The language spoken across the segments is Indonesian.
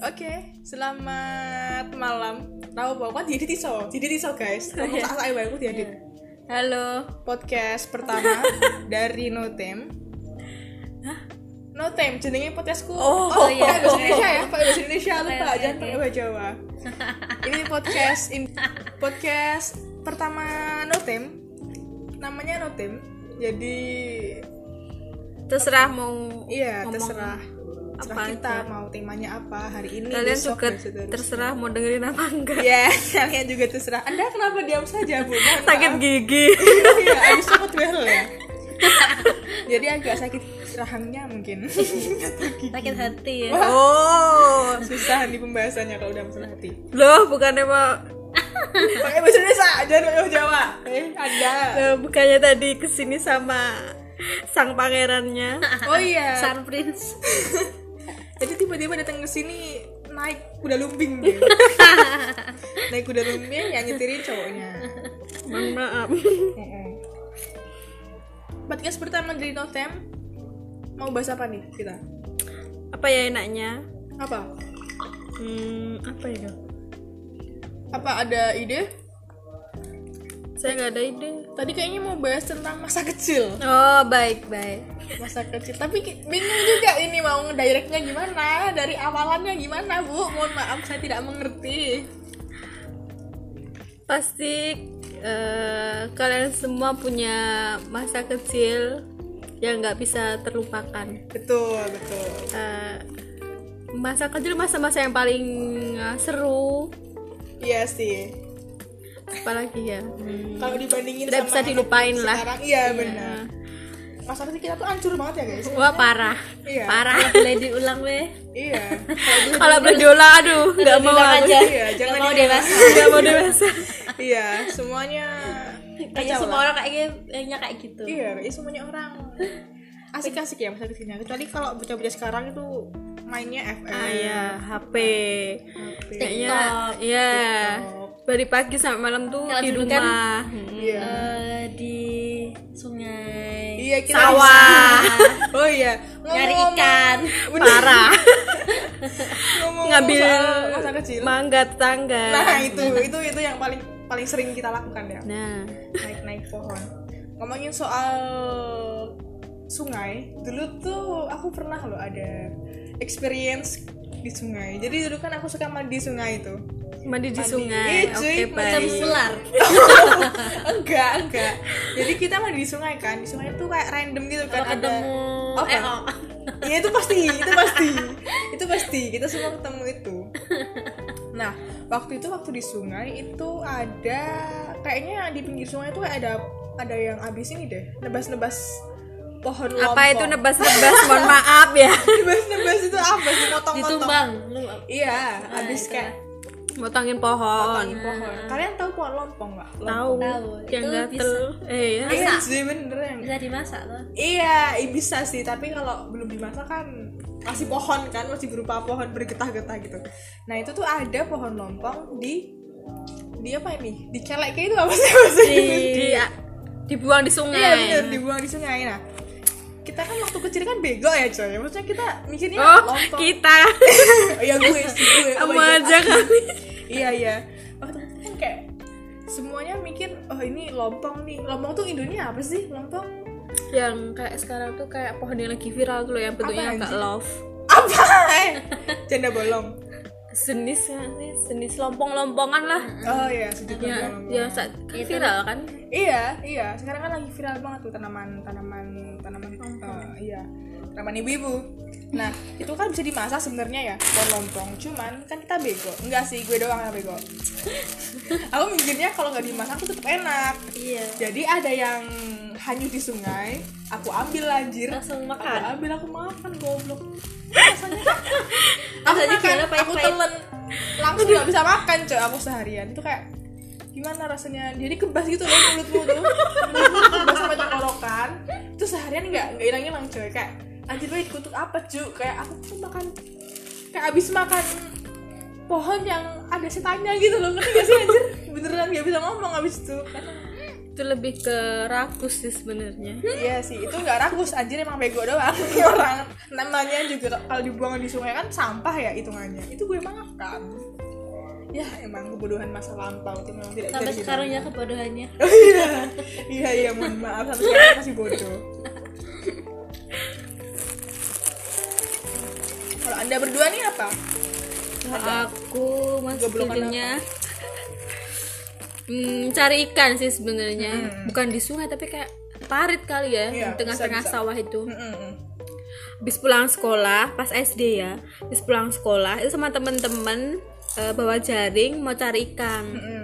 Oke, selamat malam. Tahu bahwa kan jadi tiso, jadi tiso guys. Aku Iya. tak saya aku diedit. Halo. podcast pertama dari No Time. No Time, jenenge podcastku. Oh, iya. pakai bahasa Indonesia ya, pakai bahasa Indonesia lupa Oke, oke, jangan pakai oke. bahasa Jawa. Ini podcast in- podcast pertama No Time. Namanya No Time. Jadi Terserah mau iya ngomong. terserah terserah apa kita aja. mau temanya apa hari ini Kalian besok, ya, juga dan seterusnya. terserah mau dengerin apa enggak. Ya, kalian juga terserah. Anda kenapa diam saja, Bu? Mohon Sakit maaf. gigi. Iya, habis itu kedwel ya. Jadi agak sakit rahangnya mungkin. sakit hati ya Oh. Susah nih pembahasannya kalau udah masalah hati. Loh, bukannya mau Pakai bahasa Indonesia, jangan pakai bahasa Jawa. Eh, ada. eh, bukannya tadi kesini sama sang pangerannya. Oh iya. Sun Prince Jadi tiba-tiba datang ke sini naik kuda lumping. dia. naik kuda lumping yang nyetirin cowoknya. Mohon maaf. Mm-mm. kan Podcast pertama dari Notem mau bahas apa nih kita? Apa ya enaknya? Apa? Hmm, apa ya? Apa ada ide? Saya nggak ada ide. Tadi kayaknya mau bahas tentang masa kecil. Oh, baik-baik. masa kecil tapi ki- bingung juga ini mau ngedirectnya gimana dari awalannya gimana bu mohon maaf saya tidak mengerti pasti eh, kalian semua punya masa kecil yang nggak bisa terlupakan betul betul Eh, masa kecil masa-masa yang paling eh, seru iya sih apalagi ya hmm. kalau dibandingin tidak sama bisa dilupain lah sekarang iya benar masa kecil kita tuh hancur banget ya guys wah parah iya parah boleh diulang weh iya kalau boleh diulang aduh nggak mau Diulang aku. aja Iya, jangan nggak mau diulang. dewasa nggak mau dewasa iya semuanya kayaknya semua orang kayaknya kayak gitu iya kayaknya semuanya orang asik-asik ya masa kecilnya kecuali kalau bocah-bocah sekarang itu mainnya FM ah ya HP HP. kayaknya ya dari pagi sampai malam tuh Kalau di dulu kan- rumah Hmm. iya Eh, di sungai Iya kita sawah Oh iya, nyari Ngomong-ngomong- ikan parah ngomong ngambil soal masa kecil. mangga tetangga Nah itu itu itu yang paling paling sering kita lakukan ya nah naik naik pohon. Ngomongin soal sungai, dulu tuh aku pernah loh ada experience di sungai. Jadi dulu kan aku suka mandi sungai itu. mandi di Iya, sungai oke cuy, macam baik ular enggak enggak. Jadi kita mandi di sungai kan, di sungai tuh kayak random gitu kan. kalau ketemu Apa? eh oh. Iya itu pasti, itu pasti, itu pasti. Kita semua ketemu itu. Nah, waktu itu waktu di sungai itu ada kayaknya di pinggir sungai itu kayak ada ada yang abis ini deh, nebas-nebas pohon lompong. apa itu nebas-nebas mohon maaf ya nebas-nebas itu apa sih motong-motong? ditumbang Nah, lu Iya, abis kayak motongin pohon potongin pohon. Kalian tahu pohon lompong nggak? tahu Ah. Tahu. yang Itu gatel eh ya Bisa. Iya, sih, bener yang bisa dimasak loh Iya, i- bisa sih, tapi kalau belum dimasak kan masih pohon kan, masih berupa pohon bergetah-getah gitu. Nah, itu tuh ada pohon lompong di di apa ini? Di kelek kayak itu apa sih maksudnya? di, di- dibuang di sungai Iya, bener, dibuang di sungai. Nah, kita kan waktu kecil kan bego ya, coy. Maksudnya kita mikirnya oh lompong. kita Oh, ya gue sih, gue. Oh my kamu God. aja kan. kali iya, iya. Waktu itu kan kayak semuanya mikir, oh ini lompong nih. Lompong tuh Indonesia apa sih? Lompong? yang kayak sekarang tuh kayak pohon yang lagi viral tuh loh yang bentuknya Apaan agak sih? love Apa? Eh, Janda bolong. jenis kan sih jenis lompong-lompongan lah Oh iya, sejuta ya bolong. ya saat kan viral kan Iya, iya. Sekarang kan lagi viral banget tuh tanaman tanaman tanaman eh, iya. Tanaman ibu-ibu. Nah, itu kan bisa dimasak sebenarnya ya, pohon lontong. Cuman kan kita bego. Enggak sih, gue doang yang bego. Aku mikirnya kalau nggak dimasak tuh tetap enak. iya Jadi ada yang hanyut di sungai, aku ambil anjir. langsung Aku makan ambil aku makan goblok. Rasanya aku Rasanya makan, gimana, aku pahit-pahit? telan langsung nggak bisa makan coy aku seharian itu kayak gimana rasanya jadi kebas gitu loh mulutmu tuh mulutmu kebas sampai tenggorokan itu seharian nggak nggak hilang hilang coy kayak anjir gue dikutuk apa cuy kayak aku tuh makan kayak abis makan pohon yang ada setannya gitu loh ngerti gak sih anjir beneran gak bisa ngomong abis itu Kayak, itu lebih ke rakus sih sebenarnya Iya sih, itu nggak rakus, anjir emang bego doang orang. Namanya juga kalau dibuang di sungai kan sampah ya hitungannya. Itu gue makan. Ya emang kebodohan masa lampau itu memang tidak bisa sampai dihindari. sekarang ya kebodohannya Oh, iya, iya iya mohon maaf sampai sekarang masih bodoh. Kalau anda berdua nih apa? aku mas Goblokan tidurnya Hmm, cari ikan sih sebenarnya bukan di sungai tapi kayak parit kali ya Hmm. Iya, di tengah-tengah bisa, bisa. sawah itu Mm-mm. Habis pulang sekolah, pas SD ya, habis pulang sekolah itu sama temen-temen eh, bawa jaring mau cari ikan Mm-mm.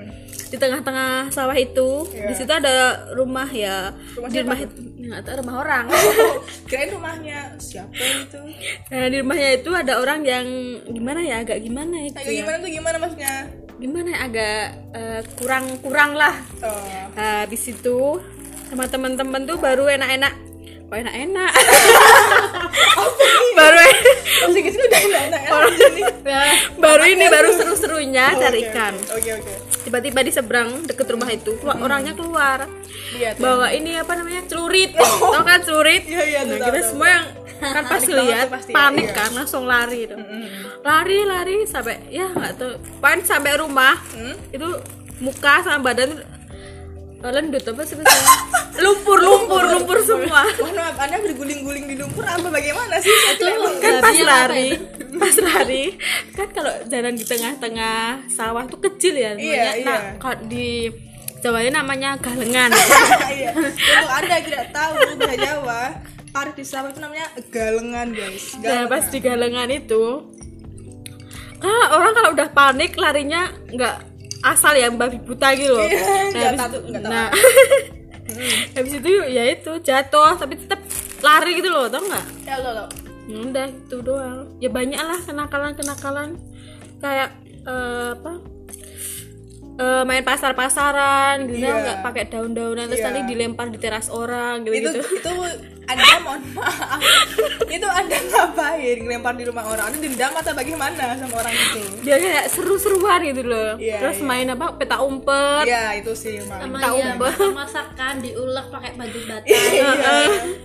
di tengah-tengah sawah itu. Hmm. Iya. Di situ ada rumah ya, Rumah di siapa rumah nggak tahu rumah orang. Oh, kirain rumahnya siapa itu? nah, di rumahnya itu ada orang yang gimana ya, agak gimana ya, Agak gitu ya. gimana tuh gimana maksudnya? gimana ya, agak eh, kurang-kurang lah. Oh. Nah, habis itu sama temen-temen tuh baru enak-enak, oh, enak-enak. baru e- Masih kecil udah enak enak kan? aja nih. Ya. baru ini baru seru-serunya cari ikan. Oh, Oke oke. tiba-tiba di seberang deket rumah itu keluar- orangnya keluar Lihat. bawa ini apa namanya celurit tau kan celurit Iya, iya, nah, tahu, kita tahu, semua yang kan Panik pas banget lihat tuh pasti, panik iya. mm, kan langsung lari tuh. lari lari sampai ya nggak tahu pan sampai rumah Hmm? itu muka sama badan eh, lendut apa sih bahasanya? lumpur lumpur lumpur semua Mohon maaf, Anda berguling-guling di lumpur apa bagaimana sih? Itu kan pas lari pas lari kan kalau jalan di tengah-tengah sawah tuh kecil ya namanya Iya, nah iya. kalau di Jawanya namanya galengan Iya. Untuk Anda yang tidak tahu bahasa Jawa, parit di sawah itu namanya galengan, guys. nah Galengan. pas di galengan itu kan orang kalau udah panik larinya nggak asal ya babi buta gitu loh Iya, nggak habis- tahu, nggak tahu. nah habis itu ya itu jatuh tapi tetap lari gitu loh tau nggak Ya lo lo. Ya udah itu doang ya banyak lah kenakalan kenakalan kayak eh, apa Eh, main pasar pasaran gitu Iya. nggak pakai daun-daunan terus Iya. nanti dilempar di teras orang gitu Itu gitu itu Anda mohon maaf. itu Anda ngapain? Ngelempar di rumah orang. Anda dendam atau bagaimana sama orang itu? dia kayak seru-seruan gitu loh Iya, terus iya. main apa peta umpet Iya, itu sih maling. sama Tahu iya apa? masak masakan diulek pakai baju bata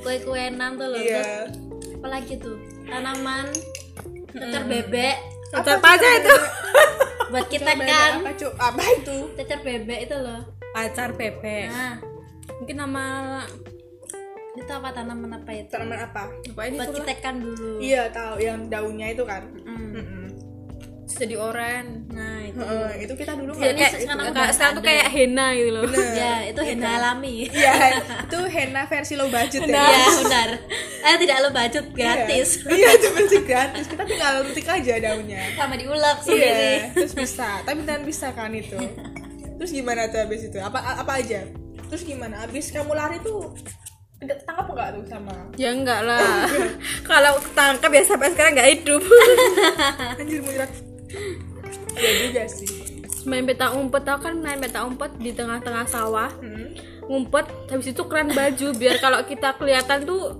kue kuenan tuh loh terus Iya. apa lagi tuh tanaman cecer bebek tetap aja itu buat kita Bebek kan Apa, cu? apa itu? cecer bebek itu loh pacar bebek nah mungkin nama itu apa tanaman apa itu Tanaman apa? apa ini buat tuh lah? kita kan dulu Iya, tahu yang daunnya itu kan. Mm. Mm-mm. jadi oren nah itu Heeh, itu kita dulu Iya, nggak ya, kayak sekarang kayak- udah sekarang tuh ada. kayak henna gitu loh ya itu henna alami Iya, itu henna versi low budget ya. Iya benar. Eh tidak lo budget gratis Iya, itu versi gratis. Kita tinggal petik aja daunnya. sama diulek sendiri. Iya, terus bisa. Tapi beneran bisa kan itu. Terus gimana tuh abis itu? Apa apa aja? Terus gimana? Abis kamu lari tuh tangkap nggak tuh sama? Ya enggak lah. Kalau ketangkap ya sampai sekarang enggak hidup. Anjir muirat. Iya juga sih. main peta umpet tau kan main peta umpet di tengah-tengah sawah. Hmm. Ngumpet habis itu keren baju biar kalau kita kelihatan tuh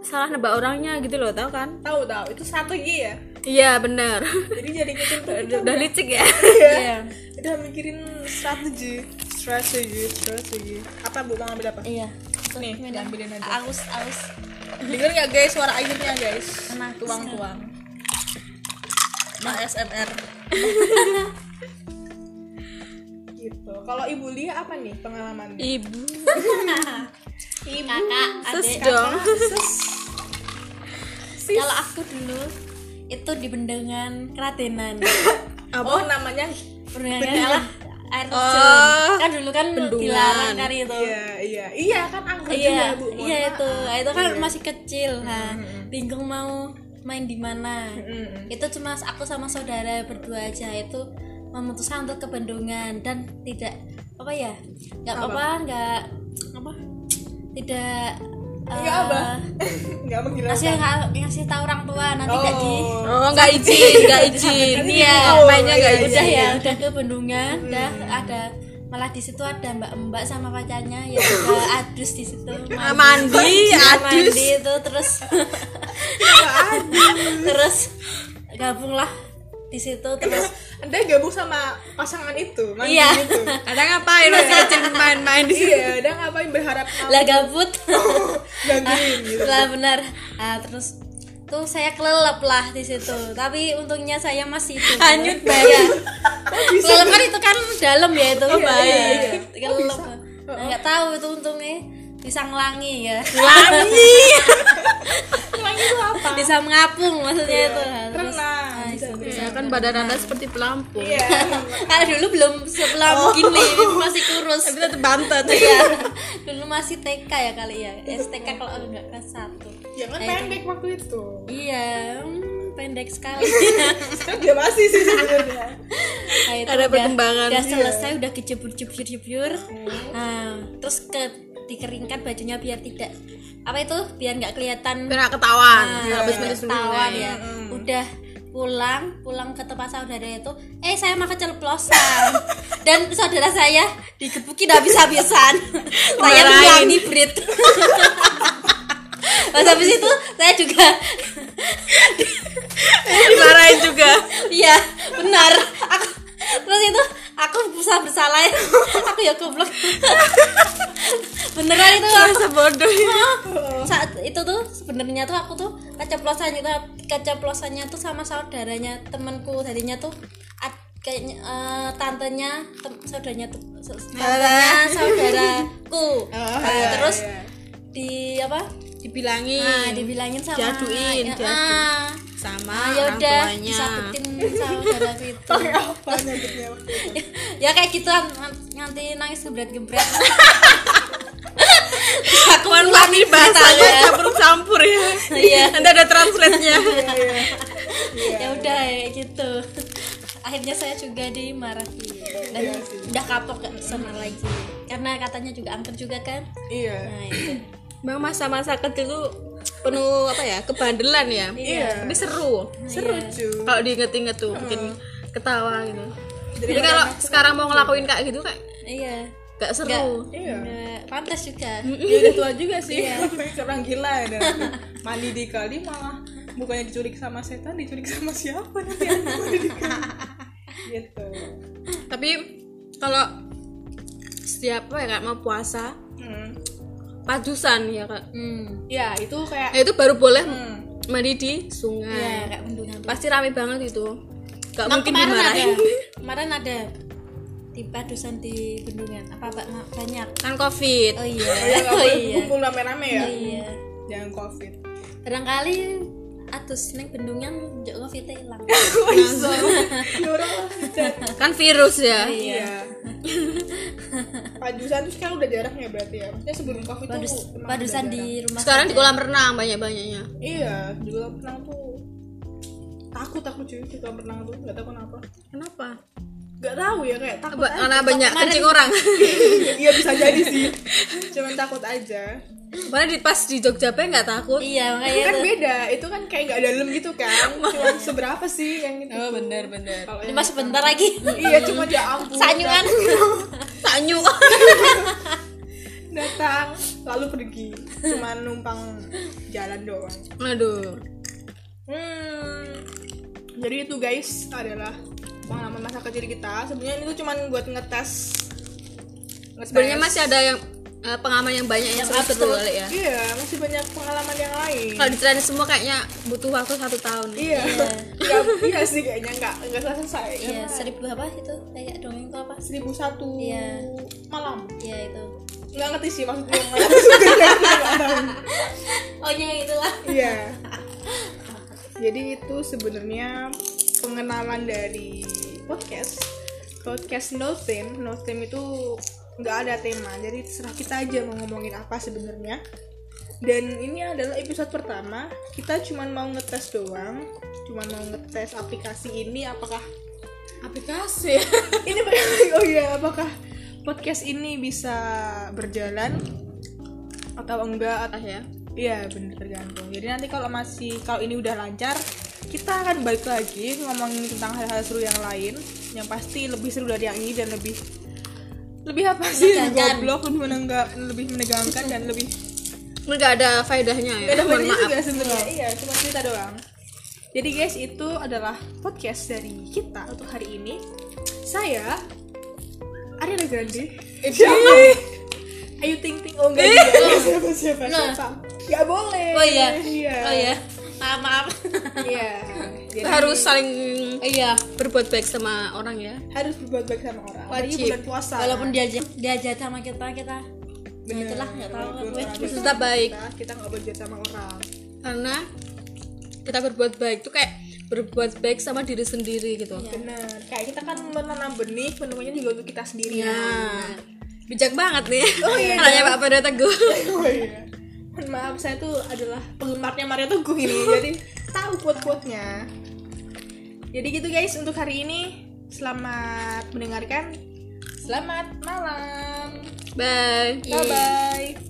salah nebak orangnya gitu loh tau kan? Tahu tahu itu strategi ya. Iya bener Jadi jadi kecil tuh kita Udah licik ya. Iya. Udah mikirin strategi, strategi, strategi. ya, Apa bu mau ambil apa? Iya. Nih, ambilin aja. Aus aus. Dengar nggak guys suara airnya guys? Enak. Tuang-tuang. Nah, SMR. gitu. Kalau Ibu Lia apa nih pengalamannya? Ibu Ibu. Kakak, sus adik. dong. Kalau aku dulu itu di bendengan Keratenan. Oh, namanya Bendengan adalah air terjun. Oh, Kan dulu kan bendungan. dilarang kali itu. Iya, iya. Iya kan angker juga, Iya, Bu. Mohon iya maaf. itu. Itu kan masih kecil. Nah, bingung mau main di mana. Mm-mm. itu cuma aku sama saudara berdua aja itu memutuskan untuk ke bendungan dan tidak apa ya nggak Apa? apa nggak apa tidak Nggak eh, apa? Nggak mengira. ngasih ngasih tahu orang tua nanti Oh. nggak di Oh, enggak izin, enggak izin. Oh, Iya, mainnya enggak iya, Hmm. udah izin. ya udah ke bendungan udah ada malah di situ ada mbak mbak sama pacarnya ya udah adus di situ Iya, Ah, Mandi, adus. mandi itu terus terus gabunglah di situ terus Anda gabung sama pasangan itu, mantan Iya. itu. Ada ngapain masih kecil main-main di sini? iya, Anda ngapain berharap kamu lah gabut gangguin gitu. lah benar Ah, terus tuh saya kelelep lah di situ tapi untungnya saya masih itu Hanyut ya kelelep kan itu kan dalam ya itu Iya, iya, iya. Oh, kelelep bisa. Nah, nggak tahu itu untungnya bisa ngelangi ya Lami. Lagi itu apa? bisa mengapung maksudnya itu Nah, terus iya. Renang. bisa. Ya kan badan Anda seperti pelampung. Iya. kalau dulu belum sebelum gini ini masih kurus Tapi tetap bantet. Iya. dulu masih TK ya kali ya STK kalau aku nggak kelas satu Jangan Nah, itu- Ya kan pendek waktu itu. iya hmm, pendek sekali Sekarang juga masih sih sebenarnya. Nah, itu Ada udah- perkembangan. iya. udah selesai udah kejebur jebur jebur nah, terus ke dikeringkan bajunya biar tidak apa itu biar nggak kelihatan Biar nggak iya. ketahuan. Nah, Habis kan. mandi ketahuan sebelumnya. ya. Udah pulang, pulang ke tempat saudara itu, eh saya mah keceplosan. Dan saudara saya digebukin habis-habisan. saya Dimarahin. tuh hibrid. Pas habis itu saya juga Dimarahin juga. iya, benar. Aku- terus itu aku berusaha bersalah. aku ya goblok. Beneran itu aku Masa bodoh. saat itu tuh sebenarnya tuh aku tuh keceplosan itu keceplosannya tuh sama saudaranya temanku tadinya tuh ad- kayaknya eh, tantenya tem- saudaranya tuh sa- tantenya saudaraku Oh, Nah, iya, terus iya. di apa Dibilangin. nah dibilangin sama Hmm. Diaduin, ya, diaduin. ah, Ah, sama ah, ya orang udah tuanya. disakitin saudaraku itu Pakai apa nyakitnya waktu itu? ya kayak gitu an- an- nanti nangis gebret-gebret Terus aku Puan pulang Lami bahasanya ceritanya. campur-campur ya. Iya. Anda ada translate-nya. ya udah kayak gitu akhirnya saya juga dimarahi dan udah kapok gak sama lagi karena katanya juga angker juga kan Iya. nah itu Bang masa-masa kecil tuh penuh apa ya kebandelan ya. Iya. Tapi seru. Seru cuy. Kalau diinget-inget tuh bikin ketawa gitu. Jadi Jadi kalau sekarang mau ngelakuin kayak gitu kayak iya gak seru. Iya. Nggak pantas juga Ya udah tua juga sih. Seorang gila ya dan mandi di kali malah bukannya diculik sama setan diculik sama siapa nanti aku mandi di kali. gitu Tapi kalau setiap apa ya kayak mau puasa hmm. padusan ya kak. hmm ya itu kayak Nah, itu baru boleh hmm. mandi di ya Iya. sungai. kayak bendungan tuh. Pasti rame banget itu. Gak Emang mungkin kemarin ada ya? dimarahin. kemarin ada di padusan di bendungan apa Pak? Ma- banyak Kan covid. oh iya Kayak nggak oh boleh iya kumpul rame-rame ya iya jangan covid barangkali atus neng bendungan jauh covid hilang kok iso Ya orang Kan virus ya. iya padusan tuh sekarang udah jarang ya berarti ya maksudnya sebelum covid Padus, tuh emang padusan udah jarang. di rumah Sekarang di ya? saja. kolam renang banyak-banyaknya. iya di kolam renang tuh takut aku cuy di kolam renang tuh nggak tahu kenapa Kenapa? nggak tahu ya kayak takut aja. Karena banyak kencing orang. iya bisa jadi sih cuman takut aja Padahal di pas di Jogja Bay nggak takut. iya makanya kan tuh. beda itu kan kayak nggak dalam gitu kan cuman seberapa sih yang itu oh bener bener Cuma sebentar lagi iya cuma ya ampun Sanyuan Iya. Tanyu. dat- datang lalu pergi cuma numpang jalan doang Aduh. hmm jadi itu guys adalah pengalaman masa kecil kita sebenarnya itu cuman buat ngetes ngetes Sebenarnya masih ada yang eh, pengalaman yang banyak yang Yang seru-seru absurd. kali ya. iya masih banyak pengalaman yang lain Kalau diceritain semua kayaknya butuh waktu satu tahun. ya. iya iya iya sih kayaknya nggak nggak selesai Iya seribu apa itu kayak dongeng tuh apa seribu satu Iya. malam Iya itu nggak ngerti sih maksudnya yang malam Maksudnya nggak tahu. Oh iya itulah iya jadi itu sebenarnya pengenalan dari podcast podcast no theme no theme itu nggak ada tema jadi terserah kita aja mau ngomongin apa sebenarnya dan ini adalah episode pertama kita cuman mau ngetes doang cuman mau ngetes aplikasi ini apakah Aplikasi. ini oh iya apakah podcast ini bisa berjalan atau enggak Ah ya. Iya bener tergantung Jadi nanti kalau masih kalau ini udah lancar Kita akan balik lagi ngomongin tentang hal-hal seru yang lain Yang pasti lebih seru dari yang ini dan lebih Lebih apa sih? Menegangkan. Goblok lebih menengga- lebih menegangkan dan lebih Nggak ada faedahnya ya. Gak ada Mohon faedahnya maaf. juga sebenernya Iya cuma cerita iya, doang Jadi guys, itu adalah podcast dari kita untuk hari ini. Saya Ariana Grande. Eh, Siapa? Ayu Ting Ting. Oh enggak. juga. Siapa siapa Nah. siapa. Enggak boleh. Oh iya. Iya. Oh iya. Maaf, maaf. Iya. Jadi harus saling iya. berbuat baik sama orang ya harus berbuat baik sama orang. Apalagi Wajib. bulan puasa. Walaupun dia diajak sama kita, kita Bener. ya itulah nggak tahu Walaupun gue. orang Tetap jahat sama baik. Kita, kita nggak boleh jahat sama orang. karena kita berbuat baik tuh kayak berbuat baik sama diri sendiri gitu Benar. Kayak kita kan menanam benih, penemuannya juga untuk kita sendiri. Iya. Nah, bijak banget nih. Oh, iya. Anaknya Pak Pedro Teguh. Oh iya. Mohon Maaf, saya tuh adalah penggemarnya Mario Teguh ini, jadi tahu quote-quote-nya. Jadi gitu guys, untuk hari ini selamat mendengarkan. Selamat malam. Bye. Bye bye.